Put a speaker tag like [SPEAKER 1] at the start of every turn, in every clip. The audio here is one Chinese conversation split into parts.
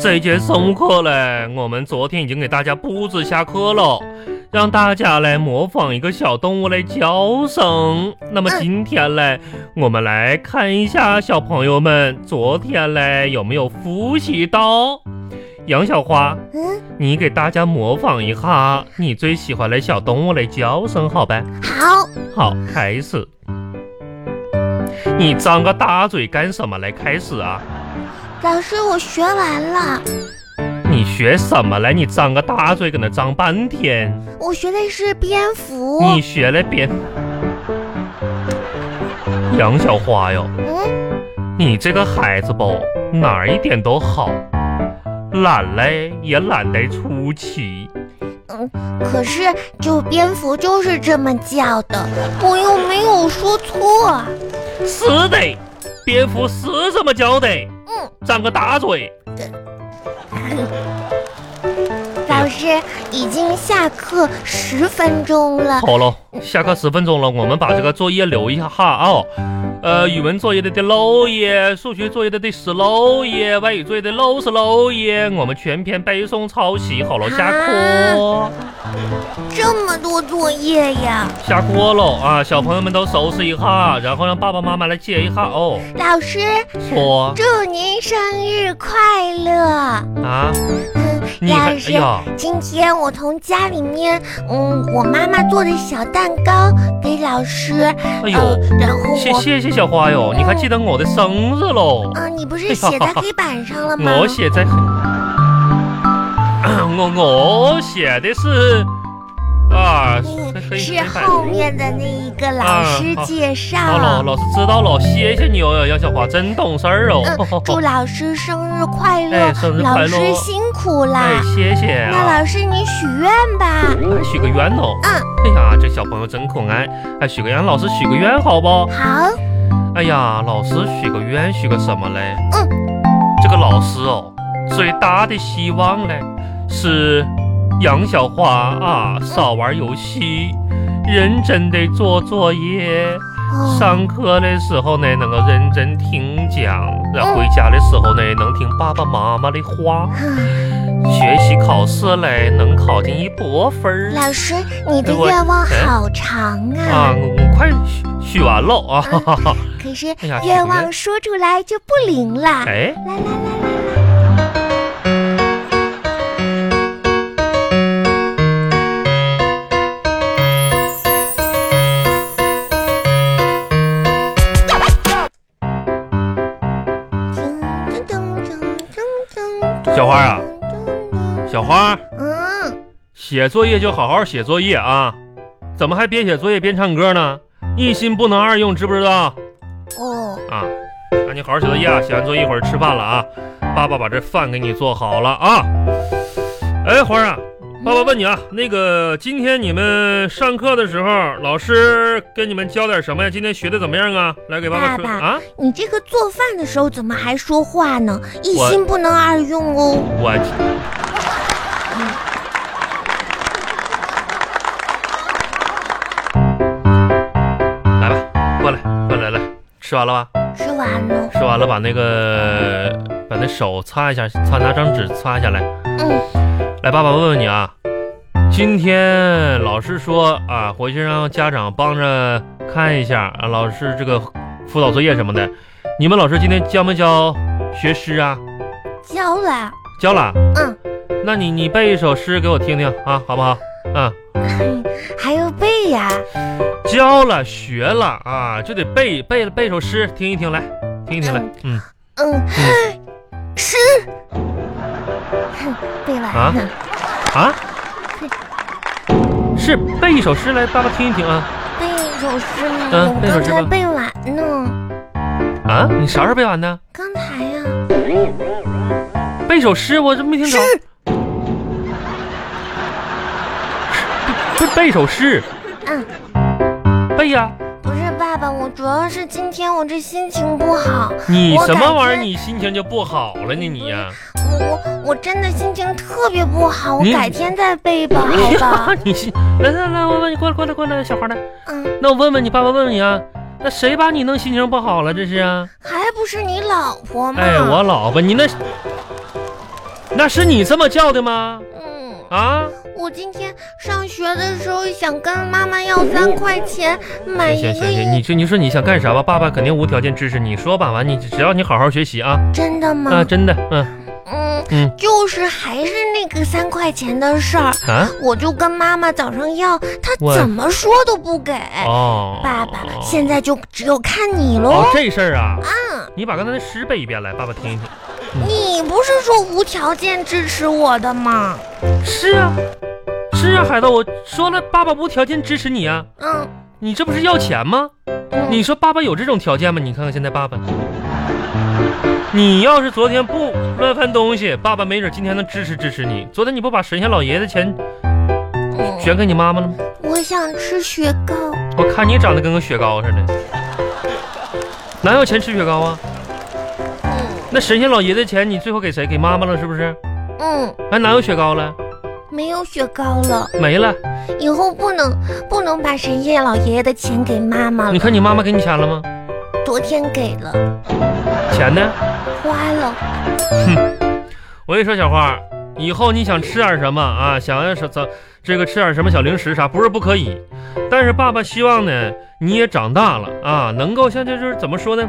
[SPEAKER 1] 这节生物课嘞，我们昨天已经给大家布置下课了，让大家来模仿一个小动物来叫声。那么今天嘞，我们来看一下小朋友们昨天嘞有没有复习到。杨小花，
[SPEAKER 2] 嗯，
[SPEAKER 1] 你给大家模仿一下你最喜欢的小动物的叫声，好呗？
[SPEAKER 2] 好，
[SPEAKER 1] 好，开始。你张个大嘴干什么嘞？开始啊！
[SPEAKER 2] 老师，我学完了，
[SPEAKER 1] 你学什么嘞？你张个大嘴搁那张半天，
[SPEAKER 2] 我学的是蝙蝠。
[SPEAKER 1] 你学了别。杨小花哟，
[SPEAKER 2] 嗯，
[SPEAKER 1] 你这个孩子吧，哪儿一点都好，懒嘞也懒得出奇。
[SPEAKER 2] 可是就蝙蝠就是这么叫的，我又没有说错。
[SPEAKER 1] 是的，蝙蝠是这么叫的。嗯，张个大嘴。
[SPEAKER 2] 老师，已经下课十分钟了，
[SPEAKER 1] 好了，下课十分钟了，我们把这个作业留一下哈啊、呃，语文作业的第六页，数学作业的第十六页，外语作业的六十六页，我们全篇背诵抄袭。好了，下课，
[SPEAKER 2] 这么多作业呀！
[SPEAKER 1] 下课了啊！小朋友们都收拾一下，然后让爸爸妈妈来接一下哦。
[SPEAKER 2] 老师，
[SPEAKER 1] 说
[SPEAKER 2] 祝您生日快乐！嗯
[SPEAKER 1] 啊，你还
[SPEAKER 2] 老
[SPEAKER 1] 哎
[SPEAKER 2] 师，
[SPEAKER 1] 呀，
[SPEAKER 2] 今天我从家里面，嗯，我妈妈做的小蛋糕给老师，
[SPEAKER 1] 哎呦，
[SPEAKER 2] 呃然后
[SPEAKER 1] 谢
[SPEAKER 2] 我，
[SPEAKER 1] 谢谢小花哟，你还记得我的生日喽？
[SPEAKER 2] 嗯、你不是写在黑板上了吗？
[SPEAKER 1] 哎我写在， 我我写的是啊，
[SPEAKER 2] 嗯，
[SPEAKER 1] 黑
[SPEAKER 2] 是
[SPEAKER 1] 黑板啊
[SPEAKER 2] 后面的那一个老师介绍。
[SPEAKER 1] 好了，哦老师知道了，谢谢你哦，杨小华真懂事儿哦。
[SPEAKER 2] 嗯，祝老师生日快乐！
[SPEAKER 1] 哎生日快乐
[SPEAKER 2] 老师辛苦啦。
[SPEAKER 1] 哎，谢谢
[SPEAKER 2] 那
[SPEAKER 1] 啊，
[SPEAKER 2] 老师你许愿吧。
[SPEAKER 1] 还许个愿哦。
[SPEAKER 2] 嗯
[SPEAKER 1] 哎呀，这小朋友真可爱，哎，许个愿，老师许个愿好不？
[SPEAKER 2] 好，
[SPEAKER 1] 哎呀，老师许个愿，许个什么嘞？
[SPEAKER 2] 嗯，
[SPEAKER 1] 这个老师哦，最大的希望嘞是杨小花啊少玩游戏，认真的做作业。
[SPEAKER 2] 哦
[SPEAKER 1] 上课的时候呢，能够认真听讲；然后回家的时候呢，能听爸爸妈妈的话。
[SPEAKER 2] 嗯
[SPEAKER 1] 学习考试嘞，能考进一百分儿
[SPEAKER 2] 老师，你的
[SPEAKER 1] 哎我
[SPEAKER 2] 愿望
[SPEAKER 1] 哎
[SPEAKER 2] 好长
[SPEAKER 1] 啊！
[SPEAKER 2] 啊，
[SPEAKER 1] 我我快许许完了啊！哈哈哈。
[SPEAKER 2] 可是
[SPEAKER 1] 哎呀许
[SPEAKER 2] 愿
[SPEAKER 1] 愿
[SPEAKER 2] 望说出来就不灵了。
[SPEAKER 1] 哎，
[SPEAKER 2] 啦啦啦啦。
[SPEAKER 1] 小花啊，小花儿
[SPEAKER 2] 嗯，
[SPEAKER 1] 写作业就好好写作业啊！怎么还边写作业边唱歌呢？一心不能二用，知不知道？
[SPEAKER 2] 哦，
[SPEAKER 1] 啊，赶紧好好写作业啊！写完作业一会儿吃饭了啊，爸爸把这饭给你做好了啊。哎，花儿啊，
[SPEAKER 2] 嗯
[SPEAKER 1] 爸爸问你啊，那个今天你们上课的时候，老师跟你们教点什么呀？今天学的怎么样啊？来给爸爸说
[SPEAKER 2] 爸爸
[SPEAKER 1] 啊，
[SPEAKER 2] 你这个做饭的时候怎么还说话呢？一
[SPEAKER 1] 我
[SPEAKER 2] 心不能二用哦。
[SPEAKER 1] 我。来吧，过来，过来，来，吃完了吧？
[SPEAKER 2] 吃完了，
[SPEAKER 1] 吃完了，把那个把那手擦一下，擦拿张纸擦下来。
[SPEAKER 2] 嗯，
[SPEAKER 1] 来，爸爸问问你啊，今天老师说啊，回去让家长帮着看一下啊，老师这个辅导作业什么的，你们老师今天教没教学诗啊？
[SPEAKER 2] 教了。
[SPEAKER 1] 教了。
[SPEAKER 2] 嗯。
[SPEAKER 1] 那你你背一首诗给我听听啊，好不好？嗯，
[SPEAKER 2] 还要背呀、
[SPEAKER 1] 教了学了啊，就得背背背首诗听一听来，听一听来。嗯，
[SPEAKER 2] 嗯，诗，哼 背完
[SPEAKER 1] 啊
[SPEAKER 2] 了。
[SPEAKER 1] 啊，是背一首诗来，爸爸听一听啊。
[SPEAKER 2] 背一首诗呢，
[SPEAKER 1] 嗯
[SPEAKER 2] 我
[SPEAKER 1] 背一首
[SPEAKER 2] 刚
[SPEAKER 1] 诗
[SPEAKER 2] 才
[SPEAKER 1] 吧
[SPEAKER 2] 背完呢。
[SPEAKER 1] 啊，你啥时候背完的？
[SPEAKER 2] 刚才呀、
[SPEAKER 1] 背首诗，我这没听着。
[SPEAKER 2] 诗
[SPEAKER 1] 背背首诗，
[SPEAKER 2] 嗯，
[SPEAKER 1] 背呀、
[SPEAKER 2] 不是爸爸，我主要是今天我这心情不好，
[SPEAKER 1] 你
[SPEAKER 2] 我
[SPEAKER 1] 什么
[SPEAKER 2] 感
[SPEAKER 1] 玩意儿？
[SPEAKER 2] 觉
[SPEAKER 1] 你心情就不好了呢？你呀、
[SPEAKER 2] 我我真的心情特别不好，我
[SPEAKER 1] 你哎
[SPEAKER 2] 改天再背吧，好吧？
[SPEAKER 1] 你心来来来，我问你，过来过来过来，小花来。
[SPEAKER 2] 嗯，
[SPEAKER 1] 那我问问你，爸爸问问你啊，那谁把你弄心情不好了？这是啊？哎
[SPEAKER 2] 还不是你老婆吗？
[SPEAKER 1] 哎，我老婆，你那那是你这么叫的吗？
[SPEAKER 2] 嗯，
[SPEAKER 1] 啊，
[SPEAKER 2] 我今天上学的时候想跟妈妈要三块钱买
[SPEAKER 1] 哎
[SPEAKER 2] 一
[SPEAKER 1] 行行
[SPEAKER 2] 个
[SPEAKER 1] 行，
[SPEAKER 2] 衣，
[SPEAKER 1] 你就你说你想干啥吧，爸爸肯定无条件支持你。说吧，完你只要你好好学习啊
[SPEAKER 2] 真的吗？
[SPEAKER 1] 啊，真的，嗯
[SPEAKER 2] 嗯，
[SPEAKER 1] 嗯
[SPEAKER 2] 就是还是那个三块钱的事儿，
[SPEAKER 1] 啊，
[SPEAKER 2] 我就跟妈妈早上要，她
[SPEAKER 1] 我
[SPEAKER 2] 怎么说都不给。
[SPEAKER 1] 哦，
[SPEAKER 2] 哎爸爸，现在就只有看你喽。
[SPEAKER 1] 哦这事儿啊，
[SPEAKER 2] 嗯，
[SPEAKER 1] 你把刚才的诗背一遍来，爸爸听一听。
[SPEAKER 2] 你不是说无条件支持我的吗？
[SPEAKER 1] 是啊，是啊，孩子，我说了，爸爸无条件支持你啊，
[SPEAKER 2] 嗯，
[SPEAKER 1] 你这不是要钱吗？
[SPEAKER 2] 嗯
[SPEAKER 1] 你说爸爸有这种条件吗？你看看现在爸爸，你要是昨天不乱翻东西，爸爸没准今天能支持支持你。昨天你不把神仙老爷的钱
[SPEAKER 2] 嗯
[SPEAKER 1] 全给你妈妈了吗？
[SPEAKER 2] 我想吃雪糕。
[SPEAKER 1] 我看你长得跟个雪糕似的，哪有钱吃雪糕啊？
[SPEAKER 2] 嗯
[SPEAKER 1] 那神仙老爷的钱你最后给谁？给妈妈了是不是？
[SPEAKER 2] 嗯，
[SPEAKER 1] 还哪有雪糕了？
[SPEAKER 2] 没有雪糕了，
[SPEAKER 1] 没了。
[SPEAKER 2] 以后不能不能把神仙老爷爷的钱给妈妈
[SPEAKER 1] 你
[SPEAKER 2] 了。
[SPEAKER 1] 看你妈妈给你钱了吗？
[SPEAKER 2] 昨天给了，
[SPEAKER 1] 钱呢？
[SPEAKER 2] 花了。
[SPEAKER 1] 我跟你说，小花儿，以后你想吃点什么啊？想要什怎这个吃点什么小零食啥，不是不可以，但是爸爸希望呢，你也长大了啊，能够像这就是怎么说呢，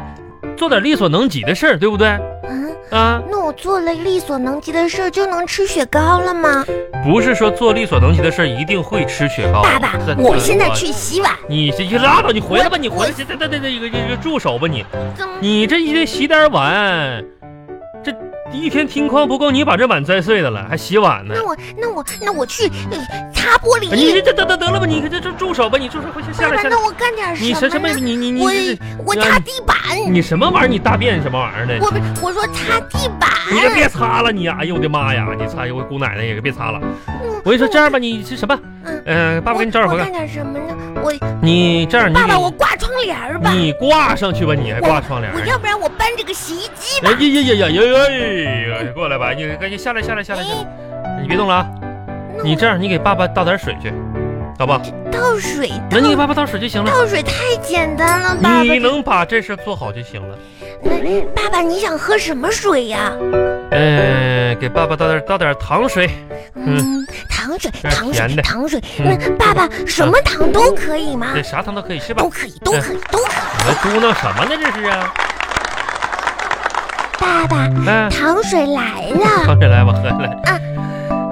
[SPEAKER 1] 做点力所能及的事儿，对不对？
[SPEAKER 2] 嗯，
[SPEAKER 1] 啊，
[SPEAKER 2] 那我做了力所能及的事儿就能吃雪糕了吗？
[SPEAKER 1] 不是说做力所能及的事儿一定会吃雪糕。
[SPEAKER 2] 爸爸
[SPEAKER 1] 这，
[SPEAKER 2] 我现在。去洗碗。
[SPEAKER 1] 你这一拉倒，你回来吧，你
[SPEAKER 2] 我
[SPEAKER 1] 回来，这这这这这一个一个住手吧你，
[SPEAKER 2] 怎么？
[SPEAKER 1] 你这一天洗点碗，这一天听筐不够，你把这碗摔碎的了，还洗碗呢？
[SPEAKER 2] 那我那我那我去、呃擦玻
[SPEAKER 1] 哎你
[SPEAKER 2] 璃。
[SPEAKER 1] 这得得得了吧，你这这住手吧，你住手，快下下
[SPEAKER 2] 爸
[SPEAKER 1] 来
[SPEAKER 2] 爸，
[SPEAKER 1] 下来
[SPEAKER 2] 那。我干点
[SPEAKER 1] 你
[SPEAKER 2] 什
[SPEAKER 1] 什
[SPEAKER 2] 么
[SPEAKER 1] 什么
[SPEAKER 2] 呢？
[SPEAKER 1] 你你你
[SPEAKER 2] 我
[SPEAKER 1] 你
[SPEAKER 2] 我
[SPEAKER 1] 你
[SPEAKER 2] 擦地板。
[SPEAKER 1] 你什么玩意儿？你大便什么玩意儿的？
[SPEAKER 2] 我不我说擦地板。
[SPEAKER 1] 你就别擦了你！哎呦我的妈呀！你擦！我姑奶奶也别擦了。
[SPEAKER 2] 嗯
[SPEAKER 1] 我跟你说，这样吧，你是什么？
[SPEAKER 2] 嗯
[SPEAKER 1] 呃，爸爸给你找点
[SPEAKER 2] 我
[SPEAKER 1] 活
[SPEAKER 2] 我
[SPEAKER 1] 干
[SPEAKER 2] 干。点什么呢？我
[SPEAKER 1] 你这样，你
[SPEAKER 2] 爸爸，我挂窗帘儿吧。
[SPEAKER 1] 你挂上去吧，你还挂窗帘儿
[SPEAKER 2] 我
[SPEAKER 1] 呢？
[SPEAKER 2] 要不然我搬这个洗衣机吧。
[SPEAKER 1] 哎呀呀呀呀呀哎呀！过来吧，你赶紧下来下来下来下
[SPEAKER 2] 哎，
[SPEAKER 1] 来！你别动了啊！
[SPEAKER 2] 那
[SPEAKER 1] 你这样，你给爸爸倒点水去，好吧？
[SPEAKER 2] 我倒水
[SPEAKER 1] 那你给
[SPEAKER 2] 倒
[SPEAKER 1] 爸爸倒水就行了。
[SPEAKER 2] 倒水太简单了，爸爸。
[SPEAKER 1] 你能把这事做好就行了。
[SPEAKER 2] 那爸爸你想喝什么水呀？
[SPEAKER 1] 嗯，给爸爸倒点倒点糖水。
[SPEAKER 2] 嗯，糖水，
[SPEAKER 1] 这
[SPEAKER 2] 糖水
[SPEAKER 1] 甜，的
[SPEAKER 2] 糖水。
[SPEAKER 1] 嗯
[SPEAKER 2] 那爸爸什么糖都可以吗
[SPEAKER 1] 这？啥糖都可以吃吧
[SPEAKER 2] 都？可以，都可以，都可以。
[SPEAKER 1] 你们嘟囔什么呢？这是啊？
[SPEAKER 2] 爸爸，
[SPEAKER 1] 哎，
[SPEAKER 2] 糖水来了，
[SPEAKER 1] 放这来吧，喝来。哎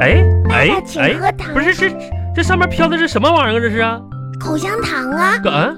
[SPEAKER 1] 哎
[SPEAKER 2] 啊爸爸请
[SPEAKER 1] 哎，
[SPEAKER 2] 喝糖
[SPEAKER 1] 不是这这上面飘的是什么玩意儿啊？这是啊？
[SPEAKER 2] 口香糖啊。
[SPEAKER 1] 个啊？